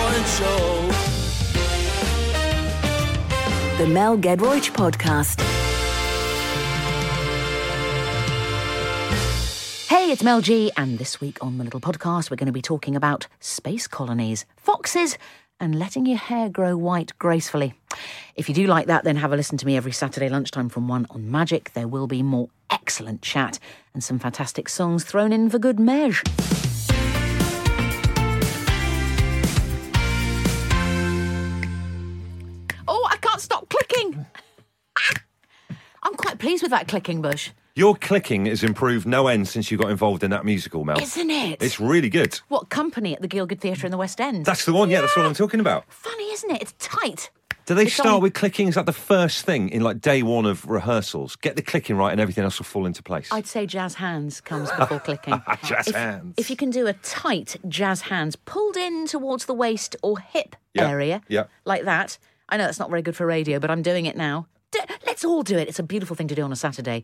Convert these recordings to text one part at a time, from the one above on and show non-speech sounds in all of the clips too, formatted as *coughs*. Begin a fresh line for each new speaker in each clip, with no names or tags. show.
The Mel Gedroych Podcast. Hey, it's Mel G, and this week on the little podcast, we're going to be talking about space colonies, foxes, and letting your hair grow white gracefully. If you do like that, then have a listen to me every Saturday lunchtime from 1 on Magic. There will be more excellent chat and some fantastic songs thrown in for good measure. Oh, I can't stop clicking. Ah! I'm quite pleased with that clicking, Bush,
Your clicking has improved no end since you got involved in that musical, Mel.
isn't it?
It's really good.
What company at the Gilgood Theatre in the West End?
That's the one, yeah, that's what I'm talking about.
funny, isn't it? It's tight.
Do they
It's
start
on-
with clicking? Is that the first thing in like day one of rehearsals? Get the clicking right and everything else will fall into place.
I'd say jazz hands comes
*laughs*
before clicking.
Jazz
if,
hands.
If you can do a tight jazz hands pulled in towards the waist or hip
Yeah,
area,
yeah.
like that. I know that's not very good for radio, but I'm doing it now. Do, let's all do it. It's a beautiful thing to do on a Saturday.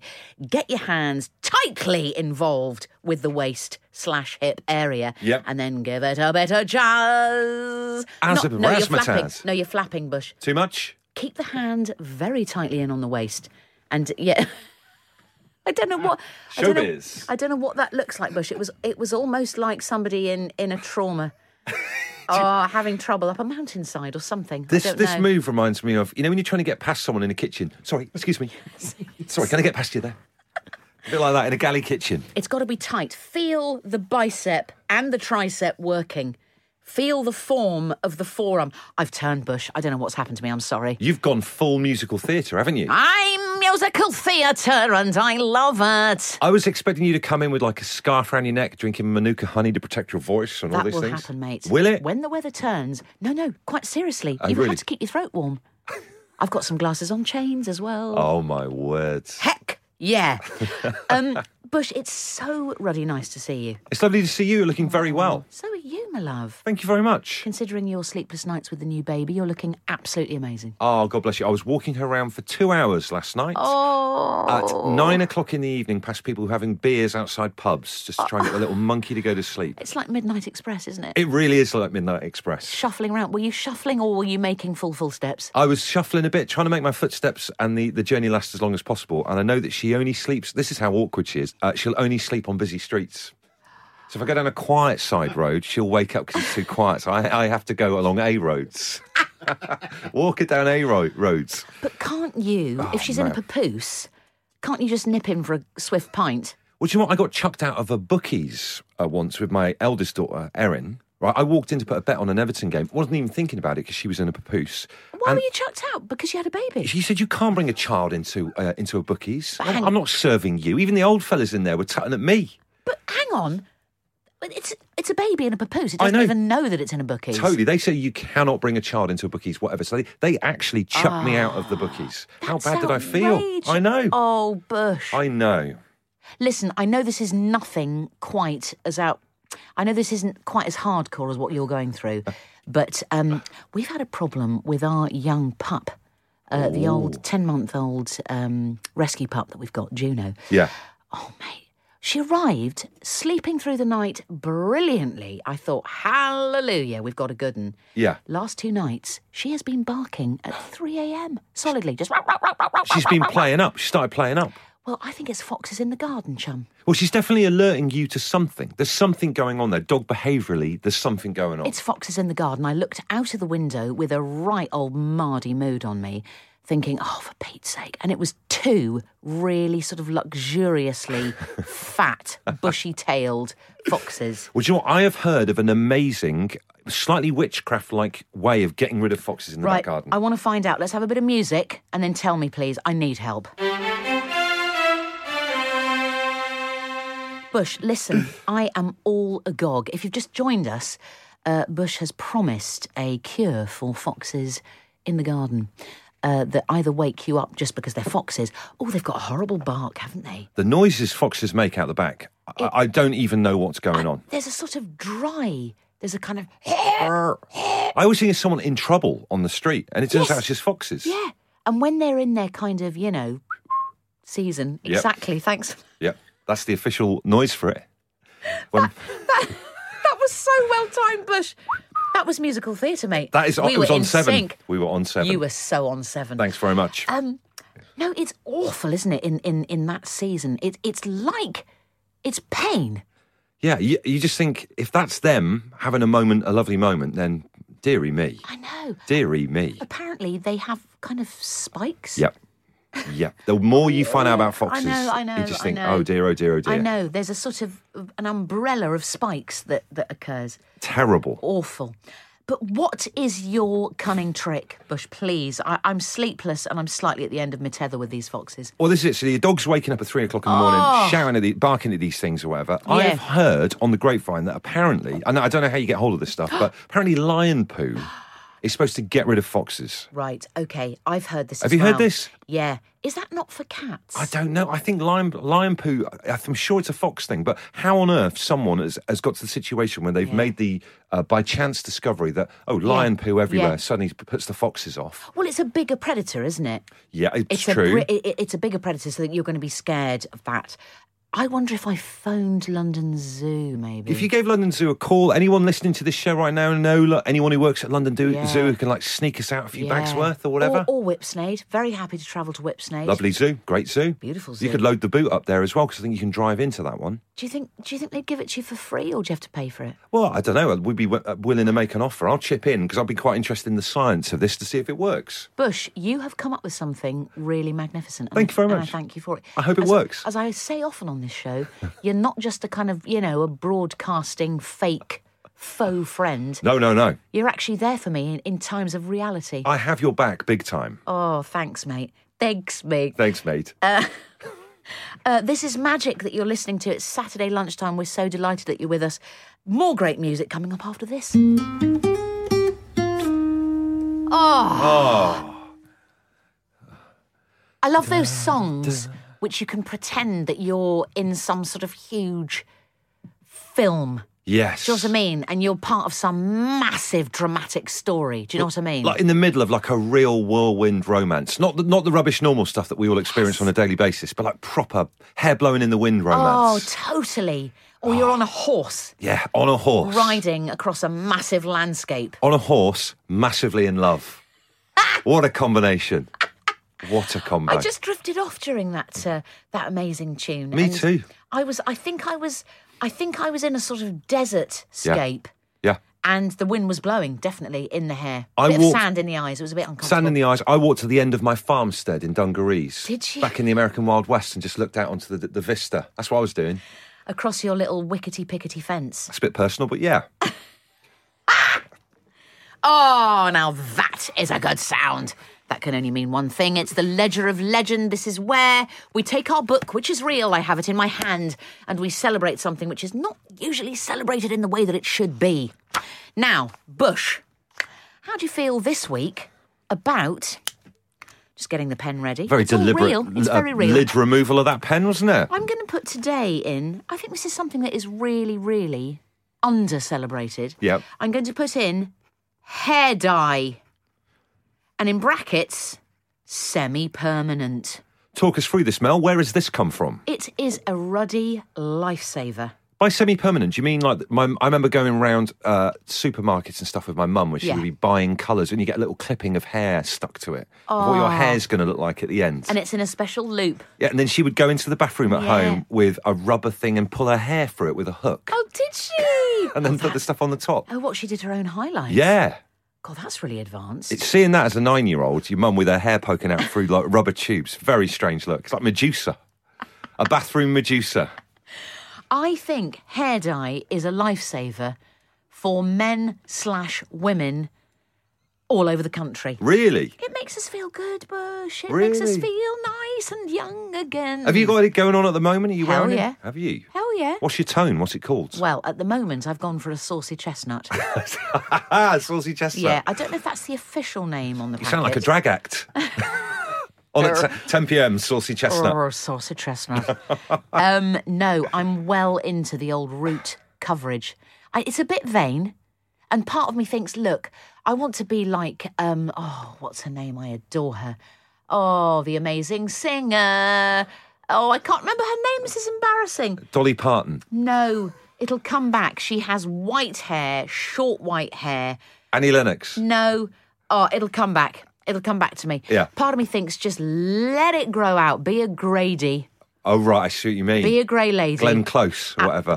Get your hands tightly involved with the waist slash hip area,
Yep.
and then give it a bit of jazz. Not-
As a
no, you're flapping.
razzmatazz.
No, you're flapping, Bush.
Too much?
keep the hand very tightly in on the waist and yeah *laughs* I don't know what I don't know-
Showbiz.
I don't know what that looks like Bush it was it was almost like somebody in in a
*laughs*
trauma oh having trouble up a mountainside or something I
This
don't
this
know.
move reminds me of you know when you're trying to get past someone in a kitchen. Sorry, excuse
*laughs*
me. Sorry, can I get past you there? A bit like that in a galley kitchen.
it's got to be tight feel the bicep and the tricep working feel the form of the forearm I've turned Bush I don't know what's happened to me I'm sorry
You've gone full musical theatre, haven't you?
I'm musical theatre and I love it
I was expecting you to come in with like a scarf around your neck, drinking Manuka honey to protect your voice and all
That
these
will
things.
happen, mate.
Will it?
When the weather turns. No, no, quite seriously.
Oh,
you
really?
have to keep your throat
*laughs*
warm. I've got some glasses on chains as well.
Oh my words.
Heck
*laughs*
yeah. um, Bush, it's so ruddy nice to see you.
It's lovely to see you You're looking very well.
So are you, my love.
Thank you very much.
Considering your sleepless nights with the new baby, you're looking absolutely amazing.
Oh, God bless you. I was walking her around for two hours last night.
Oh.
At nine o'clock in the evening, past people who were having beers outside pubs, just to try and get the little monkey to go to sleep.
It's like Midnight Express, isn't it?
It really is like Midnight Express.
Shuffling around. Were you shuffling or were you making full, full steps?
I was shuffling a bit, trying to make my footsteps and the, the journey last as long as possible. And I know that she only sleeps, this is how awkward she is, uh, she'll only sleep on busy streets. So if I go down a quiet side road, she'll wake up because it's too quiet. So I, I have to go along A roads. *laughs* Walk it down A ro- roads.
But can't you,
Oh,
if she's in a
man.
papoose, can't you just nip in for a swift pint?
Well, do you know what? I got chucked out of a bookies uh, once with my eldest daughter, Erin. Right, I walked in to put a bet on an Everton game. wasn't even thinking about it because she was in a papoose.
Why were you chucked out? Because you had a baby.
She said, "You can't bring a child into uh, into a bookies.
hang-
I'm, I'm not serving you. Even the old fellas in there were tutting at me.
But hang on, But it's it's a baby in a papoose. It
I
doesn't
know.
even know that it's in a bookies.
Totally. They say you cannot bring a child into a bookies, whatever. So they, they actually chucked me out of the bookies. How
Ah, That's
bad did I feel?
outrage-
I know.
Oh, Bush.
I know.
Listen, I know this is nothing quite as out. I know this isn't quite as hardcore as what you're going
*laughs*
through, but um, we've had a problem with our young pup, uh, the old ten-month-old um, rescue pup that we've got, Juno.
Yeah.
Oh, mate. She arrived sleeping through the night brilliantly. I thought, hallelujah, we've got a good one.
Yeah.
Last two nights, she has been barking at 3 a.m. solidly. Just.
She's been playing up. She started playing up.
Well, I think it's foxes in the garden, chum.
Well, she's definitely alerting you to something. There's something going on there. Dog behaviourally, there's something going on.
It's foxes in the garden. I looked out of the window with a right old Mardy mood on me, thinking, oh, for Pete's sake. And it was two really sort of luxuriously fat, bushy tailed foxes.
Well, do you know what? I have heard of an amazing, slightly witchcraft like way of getting rid of foxes in the
Right,
back garden.
I want to find out. Let's have a bit of music and then tell me, please. I need help. Bush,
*coughs*
listen, I am all agog. If you've just joined us, uh, Bush has promised a cure for foxes in the garden uh, that either wake you up just because they're foxes. Oh, they've got a horrible bark, haven't they?
The noises foxes make out the back, I, I don't even know what's
*coughs*
going on.
There's a sort of dry, there's a kind of.
I always think it's someone in trouble on the street, and it turns
Yes.
out it's just foxes.
Yeah. And when they're in their kind of, you know, season.
Yep.
Exactly. Thanks.
Yeah, that's the
*laughs*
official noise for it. When,
That was so well timed, Bush. That was musical theatre, mate.
That is,
we
it was
were
on
in
seven.
Sync.
We were on seven.
You were so on seven.
Thanks very much.
Um, no, it's awful, isn't it? In in in that season, it it's like it's pain.
yeah, you, you just think if that's them having a moment, a lovely moment, then dearie me,
I know.
dearie
*laughs*
me.
Apparently, they have kind of spikes.
Yep. Yep. The more you find out about
I
foxes,
know, I know,
you just
I
think,
know.
oh dear, oh dear, oh dear.
I know. There's a sort of an umbrella of spikes that that occurs.
Terrible.
Awful. But what is your cunning trick, Bush? Please, I, I'm sleepless and I'm slightly at the end of my tether with these foxes.
Well, this is it. So the dog's waking up at three o'clock in the morning,
Oh.
shouting at the, barking at these things or whatever. I
Yeah.
have heard on the grapevine that apparently, and I don't know how you get hold of this stuff,
*gasps*
but apparently lion poo is supposed to get rid of foxes.
Right. Okay. I've heard this.
Have
as
you heard
well.
this?
Yeah. Is that not for cats?
I don't know. I think lion, lion poo, I- I'm sure it's a fox thing, but how on earth someone has, has got to the situation when they've made the, uh, by chance, discovery that, oh, lion poo everywhere
Yeah.
suddenly p- puts the foxes off.
Well, it's a bigger predator, isn't it?
Yeah, it's,
It's
true.
a bri- it- it- it's a bigger predator, so that you're going to be scared of that. I wonder if I phoned London Zoo, maybe.
If you gave London Zoo a call, anyone listening to this show right now, know like, anyone who works at London Do-
Yeah.
Zoo who can like sneak us out a few bags
Yeah.
worth or whatever.
or, or Whipsnade. Very happy to travel to Whipsnade.
Lovely zoo, great zoo.
Beautiful zoo.
You could load the boot up there as well because I think you can drive into that one.
Do you think? Do you think they'd give it to you for free, or do you have to pay for it?
Well, I don't know. We'd be w- uh, willing to make an offer. I'll chip in because I'd be quite interested in the science of this to see if it works.
Bush, you have come up with something really magnificent. and
Thank
I-
you very
and I
much.
thank you for it.
I hope it
As-
works.
As I say often on this show, *laughs* you're not just a kind of you know a broadcasting fake faux friend.
No, no, no.
You're actually there for me in, in times of reality.
I have your back big time.
Oh, thanks, mate. Thanks, mate.
Thanks, mate.
Uh, this is magic that you're listening to. It's Saturday lunchtime. We're so delighted that you're with us. More great music coming up after this. Oh,
oh,
I love those songs which you can pretend that you're in some sort of huge film.
yes.
Do you know what I mean? And you're part of some massive dramatic story. Do you know what I mean?
Like in the middle of like a real whirlwind romance, not the, not the rubbish normal stuff that we all experience on a daily basis, but like proper hair blowing in the wind
oh,
romance.
totally. Or you're on a horse
Yeah, on a horse.
riding across a massive landscape.
On a horse, massively in
*laughs*
love. what a combination. What a combo.
I just drifted off during that uh, that amazing tune.
Me
and
too.
I was. I think I was. I think I was in a sort of desert scape,
yeah.
and the wind was blowing definitely in the hair.
I
bit
walked-
of sand in the eyes. It was a bit uncomfortable.
Sand in the eyes. I walked to the end of my farmstead in Dungarees.
Did you?
Back in the American Wild West and just looked out onto the, the vista. That's what I was doing.
across your little wickety pickety fence.
It's a bit personal, but yeah.
Oh, now that is a good sound. That can only mean one thing. It's the Ledger of Legend. This is where we take our book, which is real, I have it in my hand, and we celebrate something which is not usually celebrated in the way that it should be. Now, Bush, how do you feel this week about just getting the pen ready?
Very
it's all
deliberate.
real. It's
uh,
very real.
Lid removal of that pen, wasn't it?
I'm going to put today in. I think this is something that is really, really under celebrated.
Yep.
I'm going to put in hair dye and in brackets, semi permanent.
Talk us through this, Mel. Where has this come from?
It is a ruddy lifesaver.
By semi-permanent, do you mean like my? I remember going around uh, supermarkets and stuff with my mum, where she
Yeah.
would be buying colours, and you get a little clipping of hair stuck to it, of what your hair's going to look like at the end.
And it's in a special loop.
yeah, and then she would go into the bathroom at
Yeah.
home with a rubber thing and pull her hair through it with a hook,
Oh, did she?
and then put the stuff on the top.
Oh, what? She did her own highlights?
Yeah,
God, that's really advanced.
it's seeing that as a nine-year-old, your mum with her hair poking out through like rubber tubes, very strange look. It's like Medusa, a bathroom Medusa.
I think hair dye is a lifesaver for men slash women all over the country.
Really?
It makes us feel good, Bush. It makes us
Really?
feel nice and young again.
Have you got it going on at the moment? Are you
Mm. Hell
wearing
yeah.
it? Have you?
Hell yeah.
What's your tone? What's it called?
Well, at the moment, I've gone for a saucy
*laughs*
chestnut.
Ah, saucy chestnut.
yeah, I don't know if that's the official name on the
You
packet.
sound like a
*laughs*
drag act. On at t- 10 p.m., saucy chestnut.
Or a saucy chestnut. *laughs* um, no, I'm well into the old root coverage. I, it's a bit vain, and part of me thinks, look, I want to be like, um, oh, what's her name? I adore her. Oh, the amazing singer. Oh, I can't remember her name. This is embarrassing.
Dolly Parton.
No, It'll come back. She has white hair, short white hair.
Annie Lennox.
No, oh, it'll come back. It'll come back to me.
Yeah.
Part of me thinks just let it grow out. Be a Grady.
Oh, right, I see what you mean.
Be a grey lady.
Glenn Close
*gasps*
or whatever.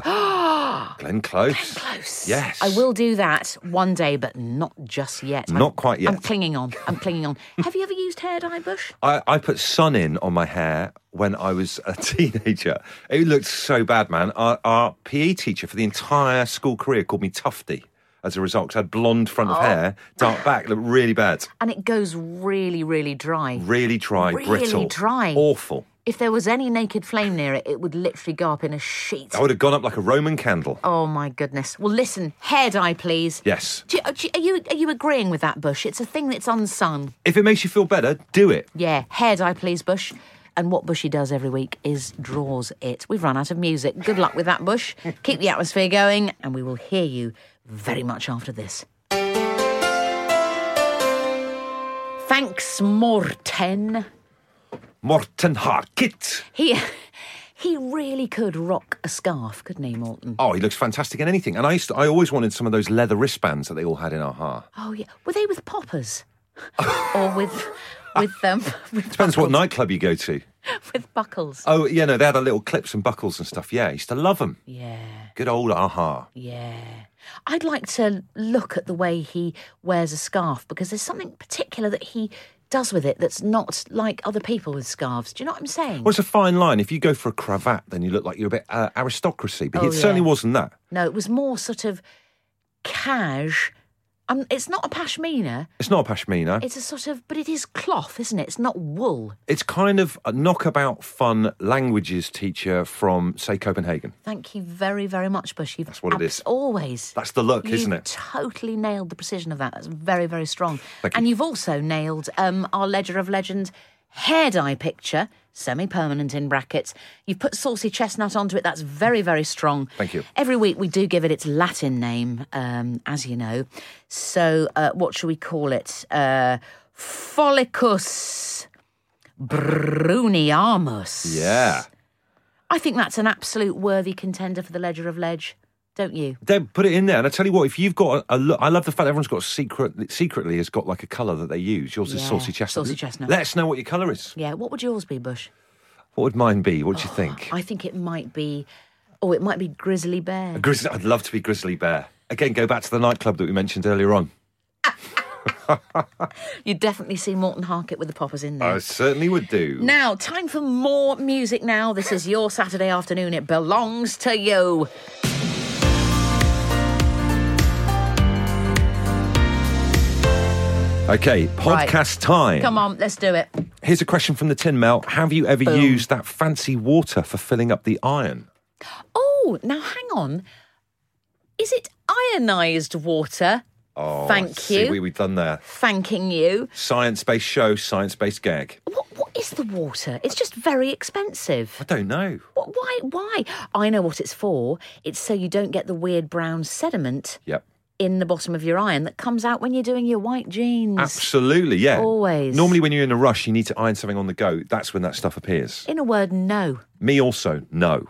Glenn Close.
Ah. Close.
Yes.
I will do that one day, but not just yet. I'm-
Not quite yet.
I'm clinging on. I'm clinging
*laughs*
on. Have you ever used hair dye, Bush?
I, I put sun in on my hair when I was a *laughs* teenager. It looked so bad, man. Our, our PE teacher for the entire school career called me Tufty as a result 'cause I had blonde front of
Oh.
hair, dark back, looked really bad,
And it goes really, really dry.
really dry,
Really
brittle,
dry.
awful.
If there was any naked flame near it, it would literally go up in a sheet.
I would have gone up like a Roman candle.
Oh my goodness. Well, listen, hair dye, please.
Yes.
Do you, do you- are you are you agreeing with that, Bush? It's a thing that's unsung.
If it makes you feel better, do it.
Yeah, hair dye, please, Bush. And what Bushy does every week is draws it. We've run out of music. Good luck with that, Bush. Keep the atmosphere going, and we will hear you very much after this. Thanks, Morten.
Morten Harkit.
He *laughs* he really could rock a scarf, couldn't he, Morton?
Oh, he looks fantastic in anything. And I used to, I always wanted some of those leather wristbands that they all had
*laughs*
in Aha.
Oh yeah, were they with poppers or with with um *laughs* with
Depends what
buckles,
nightclub you go to.
with buckles?
Oh, yeah, no, they had the little clips and buckles and stuff. Yeah, I used to love them.
Yeah,
Good old aha.
yeah. I'd like to look at the way he wears a scarf because there's something particular that he does with it that's not like other people with scarves. Do you know what I'm saying?
Well, it's a fine line. If you go for a cravat, then you look like you're a bit uh, aristocracy, but
Oh,
it certainly
yeah.
wasn't that.
No, it was more sort of cash. Um, it's not a pashmina.
It's not a pashmina. It's,
It's a sort of, but it is cloth, isn't it? It's not wool.
kind of a knockabout fun languages teacher from, say, Copenhagen.
Thank you very, very much, Bush. You've That's
what it is.
Always.
That's the look,
you
isn't it?
totally nailed the precision of that. That's very, very strong.
Thank
and you. have also nailed um, our Ledger of Legends hair dye picture, semi permanent in brackets. You've put saucy chestnut onto it. That's very, very strong.
Thank you.
Every week we do give it its Latin name, um, as you know. So uh, what shall we call it? Uh, Follicus bruniamus.
Yeah.
I think that's an absolute worthy contender for the Ledger of Ledge, don't you?
They put it in there, and I tell you what, if you've got a, a look, I love the fact everyone's got a secret, secretly has got like a colour that they use. Yours is
Yeah,
saucy chestnut.
saucy chestnut.
Let us know what your colour is.
Yeah, what would yours be, Bush?
What would mine be? What do
Oh,
you think?
I think it might be, oh, it might be grizzly bear.
Grizzly, I'd love to be Grizzly Bear. Again, go back to the nightclub that we mentioned earlier on.
You definitely see Morton Harkett with the poppers in there.
I certainly would do.
now, time for more music now. This is your Saturday afternoon. It belongs to you.
Okay,
Right.
podcast time.
Come on, let's do it.
Here's a question from the Tin Mel. Have you ever used that fancy water for filling up the iron?
Oh, now hang on. Is it ionised water?
Oh,
Thank
see
you.
what we've done there.
Thanking you.
Science based show, science based gag.
What, what is the water? It's just very expensive.
I don't know.
What, why? Why? I know what it's for. It's so you don't get the weird brown sediment
Yep.
in the bottom of your iron that comes out when you're doing your white jeans.
Absolutely, yeah.
Always.
Normally, when you're in a rush, you need to iron something on the go. That's when that stuff appears.
In a word, no.
Me also, no.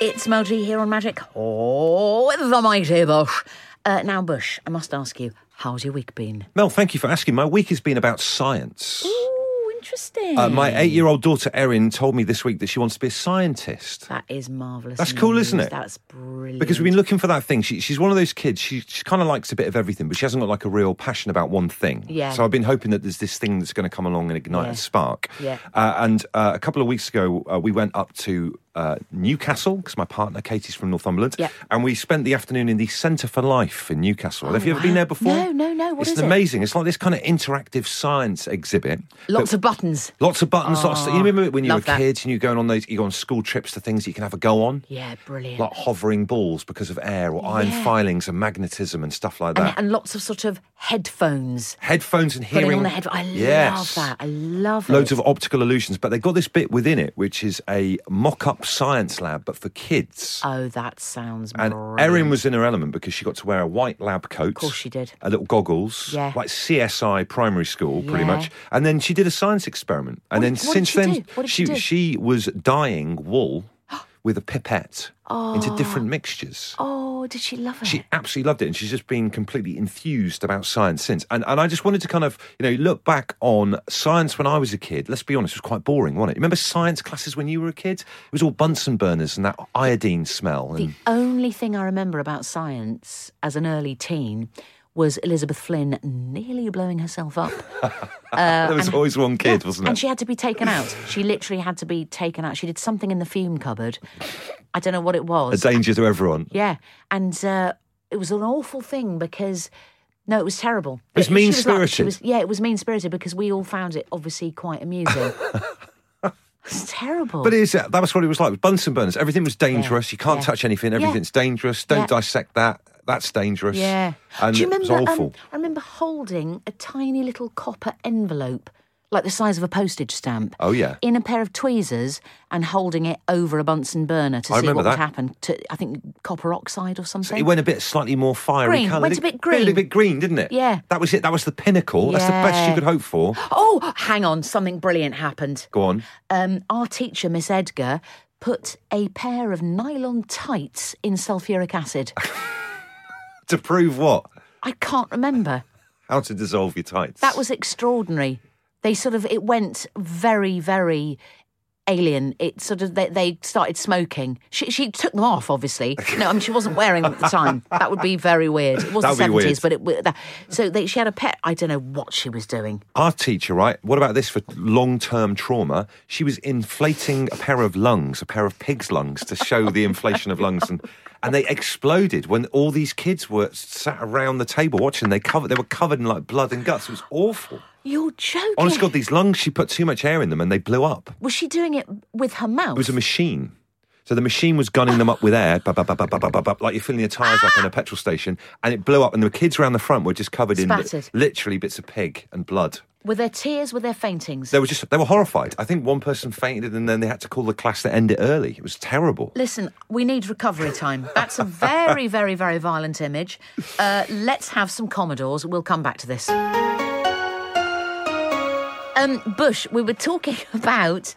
It's Mel G here on Magic. Oh, the mighty Bush. Uh, now, Bush, I must ask you, how's your week been?
Mel, thank you for asking. My week has been about science.
Oh, interesting.
Uh, my eight year old daughter, Erin, told me this week that she wants to be a scientist.
that is marvellous.
That's cool,
news.
isn't it?
That's brilliant.
Because we've been looking for that thing. She, she's one of those kids. She, she kind of likes a bit of everything, but she hasn't got like a real passion about one thing.
Yeah.
So I've been hoping that there's this thing that's going to come along and ignite
Yeah.
a spark.
Yeah.
Uh, and uh, a couple of weeks ago, uh, we went up to uh, Newcastle because my partner Katie's from Northumberland.
Yeah.
And we spent the afternoon in the Centre for Life in Newcastle. Have you
Oh,
ever
wow.
been there before?
No, no, no. What
it's
is it?
amazing. It's like this kind of interactive science exhibit.
Lots of buttons.
Lots of buttons, lots of, you remember when you were
love that.
kids and you were going on those, you go on school trips to things that you can have a go on?
Yeah, brilliant.
like hovering balls because of air or iron
Yeah.
filings and magnetism and stuff like
and,
that.
and lots of sort of headphones.
Headphones and
Putting
hearing.
on the headphones. I
Yes.
love that. I love
Loads
it.
of optical illusions, but they've got this bit within it, which is a mock up science lab, but for kids.
Oh, that sounds
and
brilliant.
Erin was in her element because she got to wear a white lab coat. Of
course she did.
A little goggles.
Yeah.
Like CSI primary school, pretty
Yeah.
much. And then she did a science experiment. And
What
then
did- what did
since
she
then,
do? What did she
she,
do? *gasps*
she was dyeing wool. with a pipette into different mixtures.
Oh, did she love it?
She absolutely loved it, and she's just been completely enthused about science since. And and I just wanted to kind of you know look back on science when I was a kid. Let's be honest, it was quite boring, wasn't it? Remember science classes when you were a kid? It was all Bunsen burners and that iodine smell. And
The only thing I remember about science as an early teen was Elizabeth Flynn nearly blowing herself
*laughs*
up.
there was always one kid, wasn't
uh, and
it?
she had to be taken out. She literally had to be taken out. She did something in the fume cupboard. I don't know what it
A
was.
danger to everyone.
Yeah. And uh, it was an awful thing because. No, it was terrible.
was
She like- she
mean-spirited.
was- Yeah, it was mean spirited because we all found it obviously quite
*laughs*
amusing. it's terrible.
But it is, that was what it was like. with Bunsen burners, everything was dangerous.
Yeah.
You can't
Yeah.
touch anything. Everything's dangerous. Don't
Yeah.
dissect that. That's dangerous.
Yeah.
And
Do you
it was
remember?
awful.
Um, I remember holding a tiny little copper envelope, like the size of a postage stamp.
Oh, yeah.
In a pair of tweezers and holding it over a Bunsen burner to see
I
what
remember
would
that.
happen to, I think, copper oxide or something.
It went a bit slightly more fiery
Green.
coloured.
Went a
It-
bit
A
green.
bit green, didn't it?
Yeah.
That was it. That was the pinnacle. That's the best you
Yeah.
could hope for.
oh, hang on! Something brilliant happened.
Go
*laughs*
on.
Um, our teacher, Miss Edgar, put a pair of nylon tights in sulfuric acid.
To prove what?
I can't remember.
How to dissolve your tights.
That was extraordinary. They sort of it went very very alien. It sort of they, they started smoking. She she took them off obviously. No, I mean she wasn't wearing them at the time. That would be very weird. It was
That'd
the
be weird.
seventies, but it wa- that, so they, she had a pet. I don't know what she was doing.
our teacher, right? What about this for long term trauma? She was inflating a pair of lungs, a pair of pig's lungs, to show the inflation of lungs, and and they exploded when all these kids were sat around the table watching. They covered, they were covered in like blood and guts. It was awful.
You're joking.
Honest to God, these lungs. She put too much air in them, and they blew up.
was she doing it with her mouth?
It was a machine. So the machine was gunning them up with air, ba- ba- ba- ba- ba- ba- ba- ba- like you're filling your tyres up in a petrol station, and it blew up. And the kids around the front were just covered in
Spattered.
literally bits of pig and blood.
were there tears? Were there faintings?
They were just they were horrified. I think one person fainted, and then they had to call the class to end it early. It was terrible.
Listen, we need recovery time. That's a very, very, very violent image. Uh, let's have some Commodores. We'll come back to this. Um, Bush, we were talking *laughs* about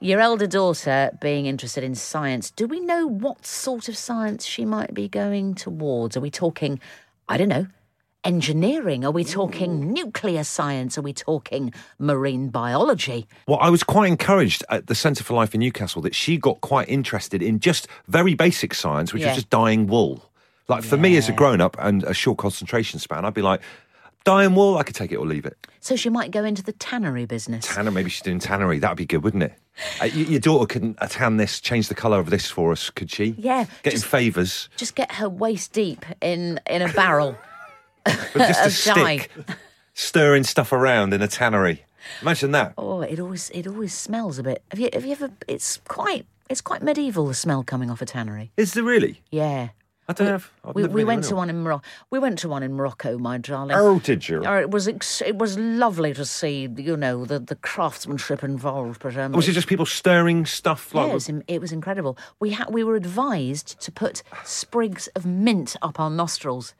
your elder daughter being interested in science. Do we know what sort of science she might be going towards? Are we talking, I don't know, engineering? Are we talking nuclear science? Are we talking marine biology?
Well, I was quite encouraged at the Centre for Life in Newcastle that she got quite interested in just very basic science, which
Yeah.
was just dyeing wool. Like for me as a grown up and a short concentration span, I'd be like, dyeing wool, I could take it or leave it.
So she might go into the tannery business.
Tanner, maybe she's doing tannery. That'd be good, wouldn't it? Uh, y- your daughter couldn't uh, tan this, change the colour of this for us, could she?
Yeah,
Getting
just-
favours
just get her waist deep in in a barrel. *laughs*
with just a
of dye.
stick, stirring stuff around in a tannery. Imagine that.
Oh, it always it always smells a bit. Have you have you ever? It's quite it's quite medieval the smell coming off a tannery.
Is there really?
Yeah.
I don't have. I've
We,
never
we
been
went
in
to
one.
one in Morocco. We went to one in Morocco, my darling.
Oh, did you?
Oh, it was ex- it was lovely to see, you know, the, the craftsmanship involved. But um,
Oh, Was it just people stirring stuff
yeah,
like?
it, was, im- it was incredible. We ha- we were advised to put sprigs of mint up our
*laughs*
nostrils.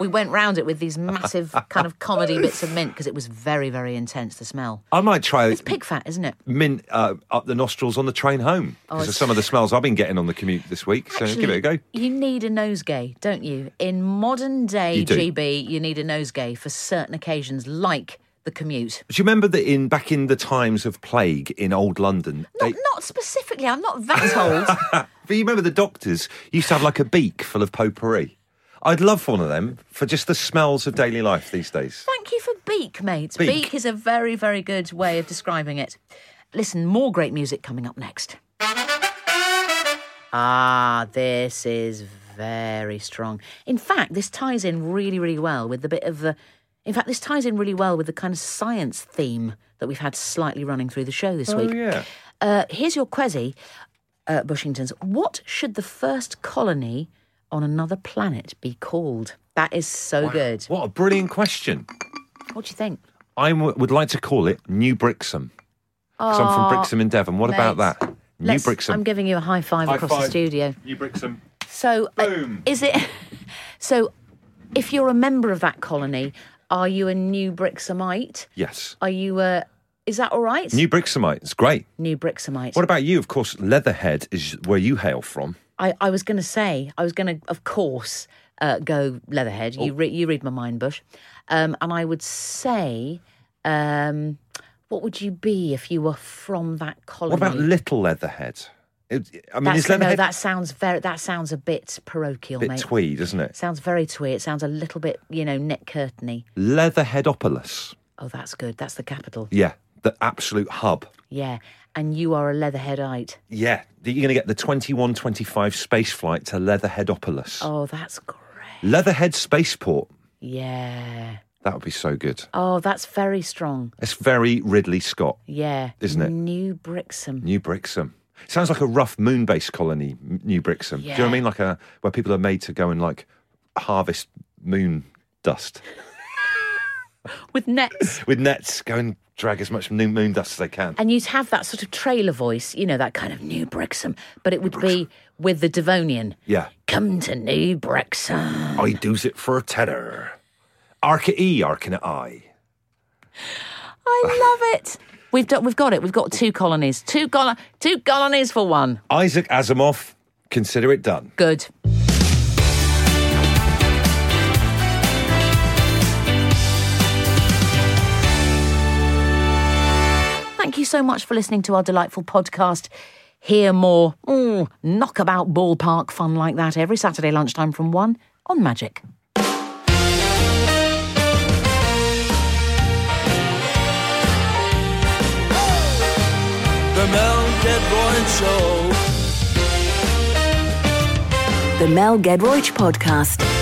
we went round it with these massive kind of comedy bits of mint because it was very very intense. The smell.
I might try
It's pig fat, isn't it?
mint uh, up the nostrils on the train home because of
Oh, it's-
some of the smells I've been getting on the commute this week. So give it a go.
You need a nosegay, don't you? In modern day
You do.
GB, you need a nosegay for certain occasions, like the commute.
Do you remember that in back in the times of plague in old London?
Not, not specifically. I'm not that
*laughs*
old.
But you remember the doctors used to have like a beak full of potpourri. I'd love one of them for just the smells of daily life these days.
Thank you for beak, mate.
Beak.
is a very, very good way of describing it. Listen, more great music coming up next. Ah, this is very strong. In fact, this ties in really, really well with the bit of the. In fact, this ties in really well with the kind of science theme that we've had slightly running through the show this
Oh
week.
yeah.
Uh, here's your quezzy, uh, Bushingtons. What should the first colony on another planet be called? That is so good.
What a brilliant question.
What do you think?
I w- would like to call it New Brixham. 'Cause I'm from Brixham in Devon. What about
mate.
that? New
Let's-
Brixham.
I'm giving you a high five
High
across the
five.
studio.
New Brixham.
So, uh,
Boom.
is it? *laughs* So, if you're a member of that colony, are you a new Brixhamite?
Yes.
Are you a? Is that all right?
New Brixamite. It's great.
New Brixamite.
What about you? Of course, Leatherhead is where you hail from.
I, I was going to say, I was going to, of course, uh, go Leatherhead.
Oh.
You, re- you read my mind, Bush. Um, and I would say, um, what would you be if you were from that colony?
What about Little Leatherhead? It- I mean,
That's,
is
no,
Leatherhead
that sounds very. That sounds a bit parochial,
a bit
mate.
tweed, isn't it?
sounds very twee. It sounds a little bit, you know, Nick Curtney.
Leatherheadopolis.
Oh, that's good. That's the capital.
Yeah, the absolute hub.
Yeah, and you are a leatherheadite.
Yeah, you're going to get the 2125 space flight to Leatherheadopolis.
Oh, that's great.
Leatherhead Spaceport.
Yeah.
That would be so good.
Oh, that's very strong.
It's very Ridley Scott,
Yeah.
Isn't it?
New Brixham.
New Brixham. Sounds like a rough moon based colony, M- New Brixham. Do you know what I
Yeah.
mean? Like a, where people are made to go and like harvest moon dust *laughs*
With nets.
with nets, go and drag as much moon, moon dust as they can.
and you'd have that sort of trailer voice, you know, that kind of New Brixham, but it would be with the Devonian.
Yeah.
Come to New Brixham.
I does it for a tenner. Arca E, arcing at I.
I love it. We've, done, we've got it. We've got two colonies. Two, col- two colonies for one.
Isaac Asimov, consider it done.
Good. Thank you so much for listening to our delightful podcast. Hear more mm, knockabout ballpark fun like that every Saturday lunchtime from 1 on Magic.
The Mel Deadborn Show.
The Mel Gedroych Podcast.